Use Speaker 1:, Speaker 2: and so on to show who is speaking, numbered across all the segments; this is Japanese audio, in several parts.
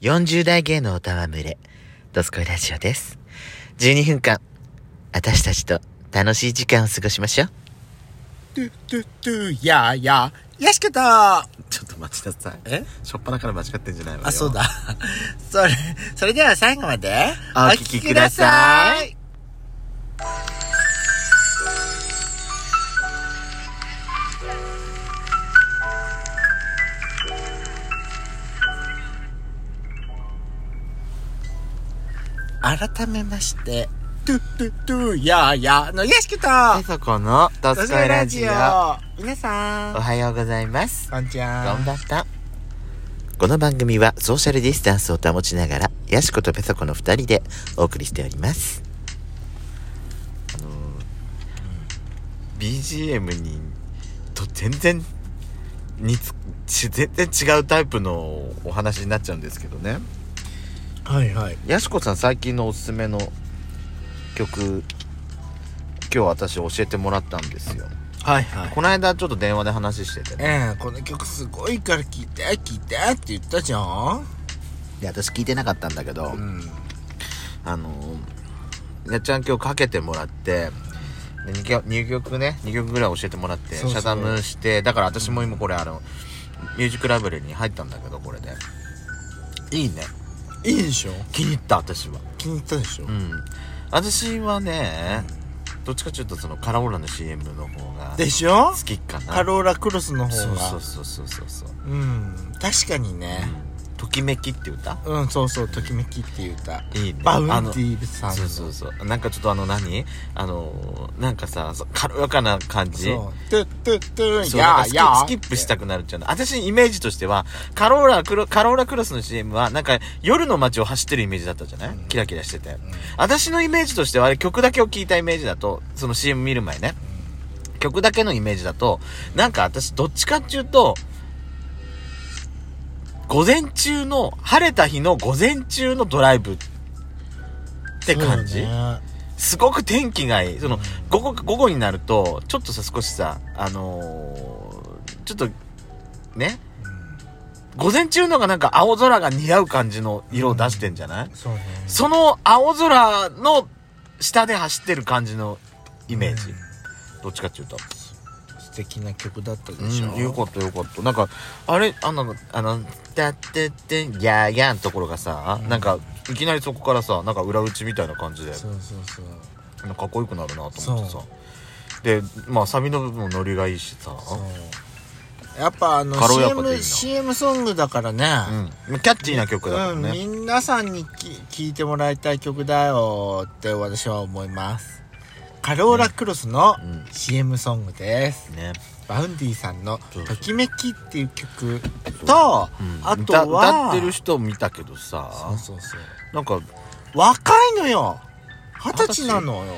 Speaker 1: 40代芸能歌は群れ、ドスコイラジオです。12分間、私たちと楽しい時間を過ごしましょう。
Speaker 2: トゥトゥトゥ、やーやー、やしかた
Speaker 3: ちょっと待ちなさい。
Speaker 2: え
Speaker 3: しょっぱなから間違ってんじゃないわよ。
Speaker 2: あ、そうだ。 それ、それでは最後まで、
Speaker 3: お聞きください。
Speaker 2: 改めまして、トゥトゥトゥやーやーの屋敷と、あ
Speaker 3: そこの、ドスコイラジオ。
Speaker 2: 皆さん、
Speaker 1: おはようございます。
Speaker 2: こんちゃ
Speaker 1: ん。こんばんは。この番組はソーシャルディスタンスを保ちながら、やしことペソコの2人でお送りしております。
Speaker 3: あのー、BGM に、と全然、につ、全然違うタイプのお話になっちゃうんですけどね。
Speaker 2: はいはい
Speaker 3: やしこさん最近のおすすめの曲今日私教えてもらったんですよ
Speaker 2: はいはい
Speaker 3: この間ちょっと電話で話してて
Speaker 2: ねええこの曲すごいから聴いて聴いてって言ったじゃん、
Speaker 3: いや私聞いてなかったんだけど、うんあのやっちゃん今日かけてもらって2曲 ,2 曲ね2曲ぐらい教えてもらってシャダムしてだから私も今これあの、ミュージックラベルに入ったんだけどこれでいいね
Speaker 2: いいでしょ
Speaker 3: 気に入った私は
Speaker 2: 気に入ったでしょうん
Speaker 3: 私はね、うん、どっちかっていうとそのカラオーラの CM の方が
Speaker 2: でしょ
Speaker 3: 好きかな
Speaker 2: カローラクロスの方が
Speaker 3: そうそうそうそうそう
Speaker 2: うん確かにね、
Speaker 3: うん、ときめきって歌
Speaker 2: うんそうそうときめきっていう歌
Speaker 3: いいね
Speaker 2: バウンティーブさん
Speaker 3: そうそうそうなんかちょっとあの何あのなんかさ軽やかな感じ
Speaker 2: そうトゥットゥットゥ
Speaker 3: やーやスキップしたくなるっちゃう私イメージとしてはカローラクロカローラクロスの CM はなんか夜の街を走ってるイメージだったじゃない、うん、キラキラしてて、うん、私のイメージとしてはあれ曲だけを聴いたイメージだとその CM 見る前ね、うん、曲だけのイメージだとなんか私どっちかっていうと午前中の晴れた日の午前中のドライブって感じ、すごく天気がいい。その、午後、午後になると、ちょっとさ、少しさ、あのー、ちょっと、ね、うん、午前中のがなんか青空が似合う感じの色を出してんじゃない、うん
Speaker 2: そ,ね、
Speaker 3: その青空の下で走ってる感じのイメージ。うん、どっちかっていうと。
Speaker 2: 素敵な曲だったでしょ、
Speaker 3: うん、よかったよかった。なんか、あれ、あの、あの、だってって、やーやーのところがさ、なんか、いきなりそこからさなんか裏打ちみたいな感じで
Speaker 2: そうそうそう
Speaker 3: かっこよくなるなと思ってさでまあサビの部分もノリがいいしさ
Speaker 2: やっぱあの CM, CM ソングだからね、
Speaker 3: うん、キャッチーな曲だからね、
Speaker 2: うん、皆さんに聴いてもらいたい曲だよって私は思いますカローラクロスの CM ソングです、
Speaker 3: ね、ね
Speaker 2: バウンディさんの「ときめき」っていう曲と、うん、あとは
Speaker 3: 歌ってる人見たけどさ
Speaker 2: そうそうそう
Speaker 3: なんか
Speaker 2: 若いのよ二十歳なのよ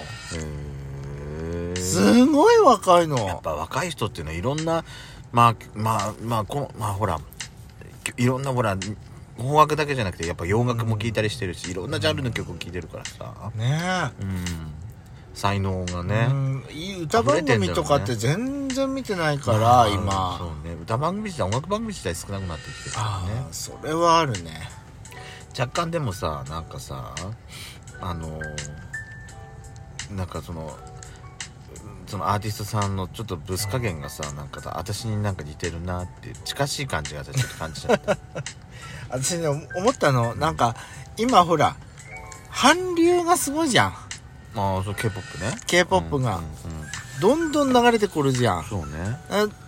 Speaker 2: すごい若いの
Speaker 3: やっぱ若い人っていうのはいろんなまあまあまあこのまあほらいろんなほら邦楽だけじゃなくてやっぱ洋楽も聴いたりしてるし、うん、いろんなジャンルの曲を聴いてるからさ、
Speaker 2: ね
Speaker 3: え、うん、才能がね、
Speaker 2: いい歌番組とかって全然見てないから、ね、今
Speaker 3: そうね歌番組自体音楽番組自体少なくなってきてる
Speaker 2: からねそれはあるね
Speaker 3: 若干でもさなんかさあのなんかそのそのアーティストさんのちょっとブス加減がさ、うん、なんかさ私になんか似てるなって近しい感じが私ちょっと感じちゃった
Speaker 2: 私ね思ったの、うん、なんか今ほら韓流がすごいじゃん
Speaker 3: ああそう k p o p ね
Speaker 2: k p o p が、どんどん流れてくるじゃん
Speaker 3: そうね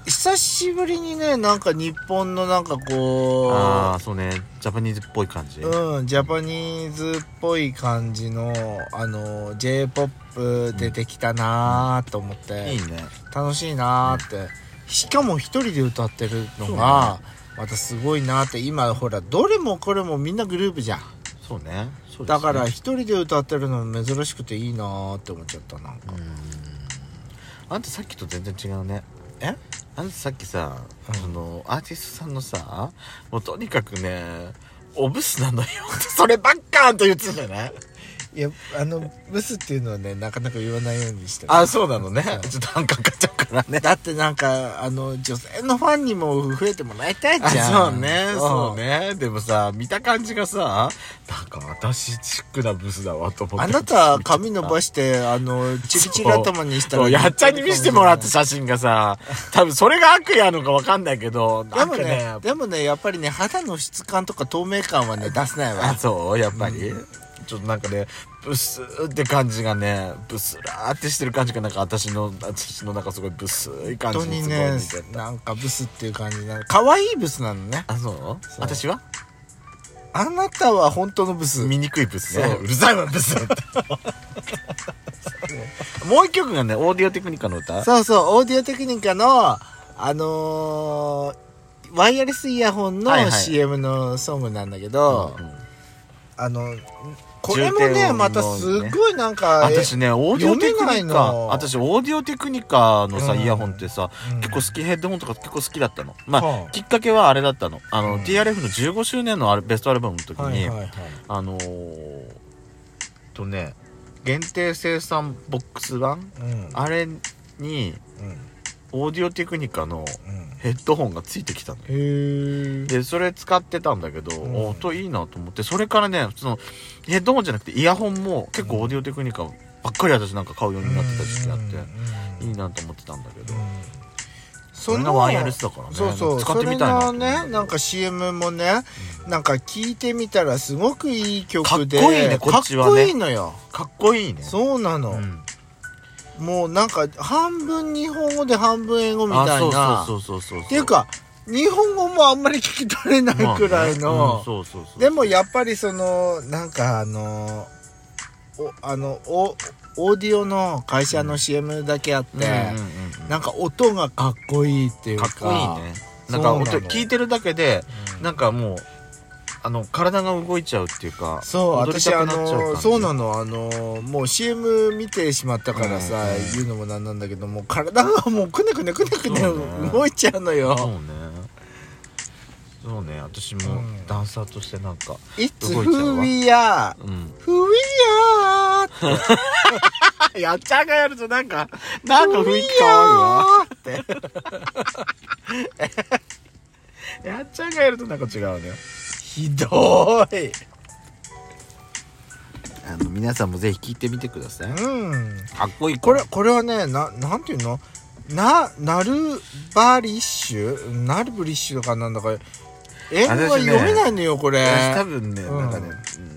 Speaker 2: 久しぶりにねなんか日本のなんかこう
Speaker 3: ああそうねジャパニーズっぽい感じ
Speaker 2: うんジャパニーズっぽい感じのあの j p o p 出てきたなーと思って、うん
Speaker 3: うん、いいね
Speaker 2: 楽しいなーって、うん、しかも一人で歌ってるのが、ね、またすごいなーって今ほらどれもこれもみんなグループじゃん
Speaker 3: そうねそうね
Speaker 2: だから一人で歌ってるのも珍しくていいなって思っちゃったなんか
Speaker 3: あんたさっきと全然違うね
Speaker 2: え
Speaker 3: あんたさっきさ、うん、そのアーティストさんのさ もうとにかくねおブスなのよそればっかーと言ってたじゃない
Speaker 2: いやあのブスっていうのはねなかなか言わないようにしてる
Speaker 3: あ、そうなのね。 ちょっと反感買っちゃうからね。
Speaker 2: だってなんかあの女性のファンにも増えてもらいたいじゃん
Speaker 3: そうね、そうね。でもさ、見た感じがさ、なんか私チックなブスだわと思って。
Speaker 2: あなた髪伸ばしてあのチリチリ頭にした
Speaker 3: そ
Speaker 2: ら
Speaker 3: うやっちゃんに見せてもらった写真がさ、多分それが悪意あるのかわかんないけど、
Speaker 2: で
Speaker 3: なん
Speaker 2: も
Speaker 3: か
Speaker 2: ね
Speaker 3: ね、
Speaker 2: でもねやっぱりね肌の質感とか透明感は ね出せない
Speaker 3: あ、
Speaker 2: わ
Speaker 3: そうやっぱり、ちょっとなんかね、ブスーって感じがね、ブスラーってしてる感じがなんか私の、私のなんかすごいブスーい感じ
Speaker 2: 本当
Speaker 3: に
Speaker 2: に
Speaker 3: すごい
Speaker 2: ね
Speaker 3: 似てた
Speaker 2: なんかブスっていう感じなの可愛いブスなのね
Speaker 3: あ、そう
Speaker 2: そう
Speaker 3: 私は
Speaker 2: あなたは本当のブス
Speaker 3: 醜いブスね。
Speaker 2: そ う
Speaker 3: うるさいわ、ブスもう一曲がね、オーディオテクニカの歌
Speaker 2: そうそうオーディオテクニカのあのーワイヤレスイヤホンの
Speaker 3: はいはい
Speaker 2: CM のソングなんだけど、
Speaker 3: うんうん
Speaker 2: あのこれも
Speaker 3: 重低
Speaker 2: ね
Speaker 3: 音
Speaker 2: また
Speaker 3: のね
Speaker 2: すごいなんか
Speaker 3: 私ね、オーディオテク
Speaker 2: 読め
Speaker 3: ニ
Speaker 2: ないな
Speaker 3: カ、私、オーディオテクニカのさ、
Speaker 2: うん
Speaker 3: イヤホンってさ、
Speaker 2: うん
Speaker 3: 結構好き、ヘッドホンとか結構好きだったの。ま
Speaker 2: はあ
Speaker 3: あ、きっかけはあれだったの。あの、
Speaker 2: うん
Speaker 3: TRF の15周年のアルベストアルバムの時
Speaker 2: はい
Speaker 3: に、
Speaker 2: はいはい
Speaker 3: あのー、とね、限定生産ボックス版
Speaker 2: うん
Speaker 3: あれに、
Speaker 2: うん
Speaker 3: オーディオテクニカの
Speaker 2: うん
Speaker 3: ヘッドホンがついてきたのよ。
Speaker 2: へえ
Speaker 3: で、それ使ってたんだけど、
Speaker 2: うん
Speaker 3: 音いいなと思って、それからね、その、ヘッドホンじゃなくてイヤホンも結構オーディオテクニカばっかり私なんか買うようになってた時期あって、いいなと思ってたんだけど、そ
Speaker 2: そ
Speaker 3: れ
Speaker 2: ん
Speaker 3: が
Speaker 2: な
Speaker 3: ワイヤレスだからね
Speaker 2: そうそう
Speaker 3: 使ってみたいなと
Speaker 2: そ
Speaker 3: 思っ
Speaker 2: れ
Speaker 3: た
Speaker 2: のねなんか CM もねなんか聞いてみたらすごくいい曲で
Speaker 3: かっこいいねこっちはね
Speaker 2: かっこいいのよ
Speaker 3: かっこいいね
Speaker 2: そうなの、
Speaker 3: うん
Speaker 2: もうなんか半分日本語で半分英語みたいな
Speaker 3: あそうそうそうそうそう
Speaker 2: っていうか日本語もあんまり聞き取れない
Speaker 3: まあね
Speaker 2: くらいの、
Speaker 3: うんそうそうそう
Speaker 2: でもやっぱりそのなんかあのおあのおオーディオの会社の CM だけあっ
Speaker 3: う
Speaker 2: て、
Speaker 3: んうんうんうん
Speaker 2: なんか音がかっこいいっていう
Speaker 3: か
Speaker 2: か
Speaker 3: っこいいねなん
Speaker 2: そ
Speaker 3: か
Speaker 2: うなの
Speaker 3: 音聞いてるだけで
Speaker 2: うん
Speaker 3: なんかもうあの体が動いちゃうっていうか
Speaker 2: そう
Speaker 3: 踊り
Speaker 2: 私
Speaker 3: た
Speaker 2: あ
Speaker 3: くなっちゃう
Speaker 2: の
Speaker 3: 感じ
Speaker 2: そうなのあのもう CM 見てしまったからさ、
Speaker 3: うんうん
Speaker 2: 言うのもなんなんだけどもう体がもうくねくねくねくね
Speaker 3: そうね
Speaker 2: 動いちゃうの
Speaker 3: そう
Speaker 2: よ
Speaker 3: ねそうね私も
Speaker 2: うん
Speaker 3: ダンサーとしてなんか
Speaker 2: 「いつ
Speaker 3: 動いちゃう
Speaker 2: ふ
Speaker 3: わ
Speaker 2: みや
Speaker 3: うん
Speaker 2: ふみや ー
Speaker 3: やっちゃんがやるとなんかなんか雰囲気変わるわ
Speaker 2: わ
Speaker 3: やっちゃんがやるとなんか違うね
Speaker 2: ひどい
Speaker 3: あの皆さんもぜひ聞いてみてください
Speaker 2: うん
Speaker 3: かっこいい
Speaker 2: これこれはねななんていうのななるバリッシュなるブリッシュとかなんだか英語が
Speaker 3: 私ね
Speaker 2: 読めないのよこれ
Speaker 3: 私多分ね、
Speaker 2: うん
Speaker 3: なんかね、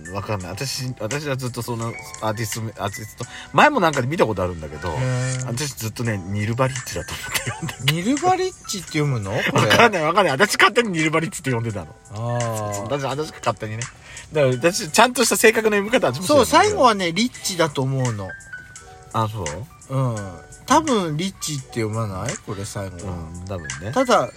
Speaker 3: うん、わかんない私私はずっとそのアーティストめアーティスト前もなんかで見たことあるんだけど、
Speaker 2: うん
Speaker 3: 私ずっとねニルバリッチだと思ってるんだ
Speaker 2: ニルバリッチって読むのこ
Speaker 3: わ
Speaker 2: れ
Speaker 3: かんないわかんない私勝手にニルバリッチって呼んでたの
Speaker 2: あー
Speaker 3: 私私が勝手にねだから私ちゃんとした正確な読み方は
Speaker 2: そう最後
Speaker 3: は
Speaker 2: はねリッチだと思うの
Speaker 3: あそう、
Speaker 2: うん多分リッチって読まないこれ最後は、
Speaker 3: うん、多分ね
Speaker 2: ただ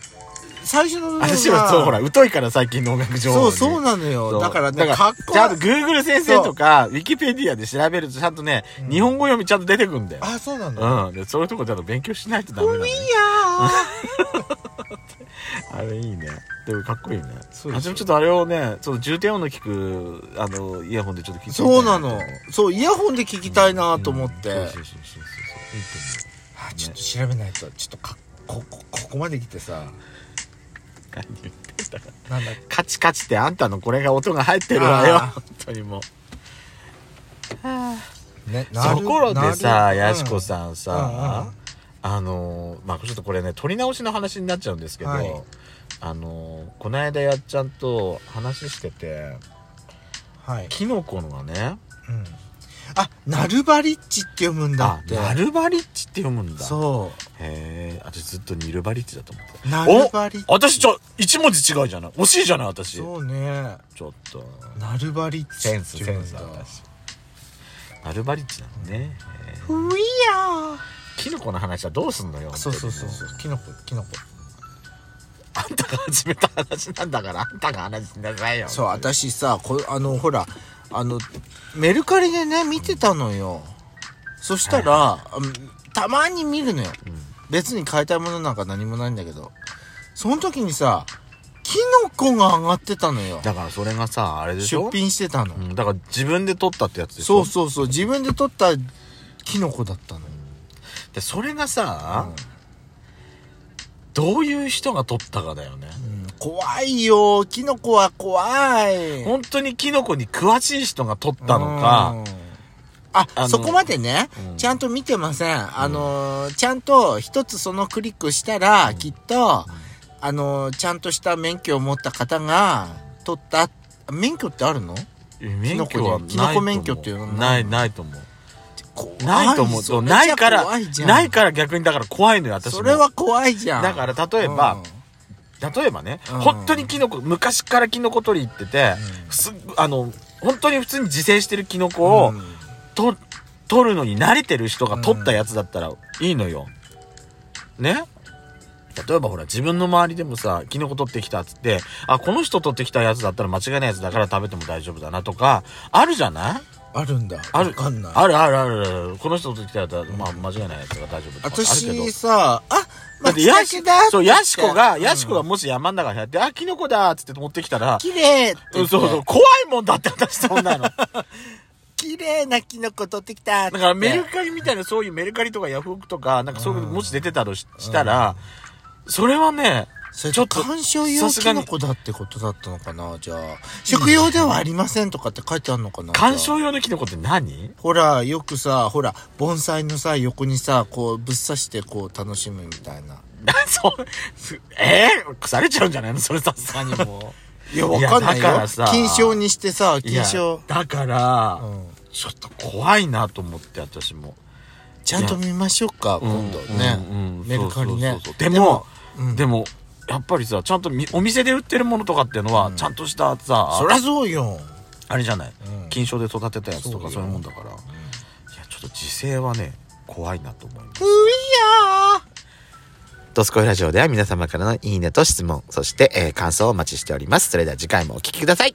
Speaker 2: 最初の部分
Speaker 3: 私はそうほら疎いから最近の音楽情報
Speaker 2: そう
Speaker 3: に
Speaker 2: そうなの
Speaker 3: そ
Speaker 2: よ
Speaker 3: う
Speaker 2: だからねかっこ
Speaker 3: ちゃんと Google 先生とか、ウィキペディアで調べるとちゃんとね、
Speaker 2: うん
Speaker 3: 日本語読みちゃんと出てくるんだよ。
Speaker 2: あそうなの
Speaker 3: うん。で、そういうとこちゃんと勉強しないとダメなの、ね。あれいいね。でもかっこいいね。
Speaker 2: そうです
Speaker 3: 私もちょっとあれをね、その重低音の聞く、あの、イヤホンでちょっと聞いてみたい
Speaker 2: そうなの
Speaker 3: と思う。
Speaker 2: そう、イヤホンで聞きたいなと思って。
Speaker 3: うんうん
Speaker 2: あ
Speaker 3: そうそうそうそうそう。
Speaker 2: ちょっと調べないと、ちょっとか、こ、こ、ここまで来てさ、
Speaker 3: いいと思う何言ってんだか
Speaker 2: なんだっ
Speaker 3: カチカチってあんたのこれが音が入ってるわよ。
Speaker 2: あー
Speaker 3: 本当にもう。
Speaker 2: け、ね、な
Speaker 3: と
Speaker 2: る
Speaker 3: ころで
Speaker 2: な
Speaker 3: さ、
Speaker 2: る
Speaker 3: やしこさんさ、
Speaker 2: う
Speaker 3: あのーまあちょっとこれね撮り直しの話になっちゃうんですけど、
Speaker 2: はい
Speaker 3: あのーこの間やっちゃんと話してて
Speaker 2: んはい。
Speaker 3: キノコのがね
Speaker 2: うん。あ、ナルバリッチって読むん
Speaker 3: あ
Speaker 2: だって。
Speaker 3: ナルバリッチって読むんだ
Speaker 2: そ
Speaker 3: へえ私ずっとニルバリッチだと思ってた
Speaker 2: う。ナルバリッチ。
Speaker 3: 私じゃ一文字違うじゃない惜しいじゃない私ちょ
Speaker 2: そうね。
Speaker 3: っと
Speaker 2: ナルバリッチ
Speaker 3: セン
Speaker 2: っ
Speaker 3: スセ
Speaker 2: て読
Speaker 3: ン
Speaker 2: むん
Speaker 3: ス
Speaker 2: だ。
Speaker 3: 私ナルバリッチなのね、へえ
Speaker 2: ふいや
Speaker 3: キノコの話はどうすんのよ
Speaker 2: ー。そうそうそうそう
Speaker 3: 本。
Speaker 2: キノコ、キノコ。
Speaker 3: 当にもうあんたが始めた話なんだからあんたが話しなさいよ
Speaker 2: そう、私さ、こあの、ほら、あの、メルカリでね、見てたのよ。そしたら、あたまに見るのよ。
Speaker 3: うん
Speaker 2: 別に買いたいものなんか何もないんだけど。その時にさ、キノコが上がってたのよ。
Speaker 3: だからそれがさ、あれでし
Speaker 2: 出
Speaker 3: ょ
Speaker 2: 品してたの。
Speaker 3: うん、だから自分で取ったってやつでし
Speaker 2: そ
Speaker 3: ょ
Speaker 2: うそうそう。自分で取ったキノコだったのよ。
Speaker 3: でそれがさ、どういう人が取ったかだよね。
Speaker 2: うん怖いよ。キノコは怖い。
Speaker 3: 本当にキノコに詳しい人が取ったのか、
Speaker 2: うん。あ、
Speaker 3: あの
Speaker 2: そこまでね、
Speaker 3: うん
Speaker 2: ちゃんと見てません。あのー、ちゃんと一つそのクリックしたら、きっと、あのー、ちゃんとした免許を持った方が、取った、免許ってあるの
Speaker 3: 免許はないと思う
Speaker 2: キノコ免許っていうのは
Speaker 3: ない、ないと思う。
Speaker 2: 怖
Speaker 3: ないと思う。そう
Speaker 2: それじゃ
Speaker 3: ないから
Speaker 2: 怖いじゃ、ん
Speaker 3: ないから逆にだから怖いのよ、私も。
Speaker 2: それは怖いじゃん。
Speaker 3: だから例えば、例えばね、
Speaker 2: うん
Speaker 3: 本当にキノコ、昔からキノコ取り行ってて、
Speaker 2: うん
Speaker 3: すあの、本当に普通に自生してるキノ
Speaker 2: うん、
Speaker 3: コを、
Speaker 2: うん
Speaker 3: と、取るのに慣れてる人が取ったやつだったらいいのよ。ね例えばほら、自分の周りでもさ、キノコ取ってきたっつって、あ、この人取ってきたやつだったら間違いないやつだから食べても大丈夫だなとか、あるじゃない
Speaker 2: あるんだ。
Speaker 3: ある
Speaker 2: わかんない。
Speaker 3: あるあるあるある。この人取ってきたやつだまあ間違いないやつが大丈夫とかあるけど
Speaker 2: 私さ、あ、
Speaker 3: だってヤ
Speaker 2: 松
Speaker 3: シ
Speaker 2: 茸だ
Speaker 3: そう、ヤシコが、ヤシコが
Speaker 2: うん
Speaker 3: もし山の中に入って、あ、キノコだーっつって持ってきたら、
Speaker 2: 綺麗って
Speaker 3: う
Speaker 2: 言
Speaker 3: ん
Speaker 2: って
Speaker 3: そうそう、怖いもんだって私そんなの。だか
Speaker 2: 綺麗なキノコ取ってきたって
Speaker 3: らメルカリみたいな、そういうメルカリとかヤフオクとか、なんかそういうのもし出てたとししたら、それはね、
Speaker 2: それ
Speaker 3: ちょっと
Speaker 2: 観賞用キノコだってことだったのかなじゃあ。食用ではありませんとかって書いてあるのかな
Speaker 3: 観
Speaker 2: じゃあ
Speaker 3: 賞用のキノコって何
Speaker 2: ほら、よくさ、ほら、盆栽のさ、横にさ、こう、ぶっ刺して、こう、楽しむみたいな。
Speaker 3: なそう、すえー、腐れちゃうんじゃないのそれさすがにも
Speaker 2: いや、わかんないよ。
Speaker 3: だからさ
Speaker 2: 金賞にしてさ、
Speaker 3: う。いや
Speaker 2: 金賞。
Speaker 3: だから、
Speaker 2: うん。
Speaker 3: ちょっと怖いなと思って、私も。
Speaker 2: ちゃんと見ましょうか、今度
Speaker 3: うんうん
Speaker 2: ね
Speaker 3: う。ん
Speaker 2: メルカリ
Speaker 3: そ
Speaker 2: ね
Speaker 3: うそうそう。で
Speaker 2: で
Speaker 3: も
Speaker 2: も、うん
Speaker 3: でも、やっぱりさ、ちゃんとみお店で売ってるものとかっていうのは、ちゃんとしたさ、
Speaker 2: そりゃそうよ。
Speaker 3: あれじゃない、
Speaker 2: うん
Speaker 3: 金賞で育てたやつとか
Speaker 2: そ
Speaker 3: そう
Speaker 2: う
Speaker 3: い
Speaker 2: よ
Speaker 3: うもんだから、いやちょっと自制はね怖いなと思います
Speaker 2: ういや
Speaker 1: ドスコイラジオでは皆様からのいいねと質問、そして、えー感想をお待ちしております。それでは次回もお聞きください。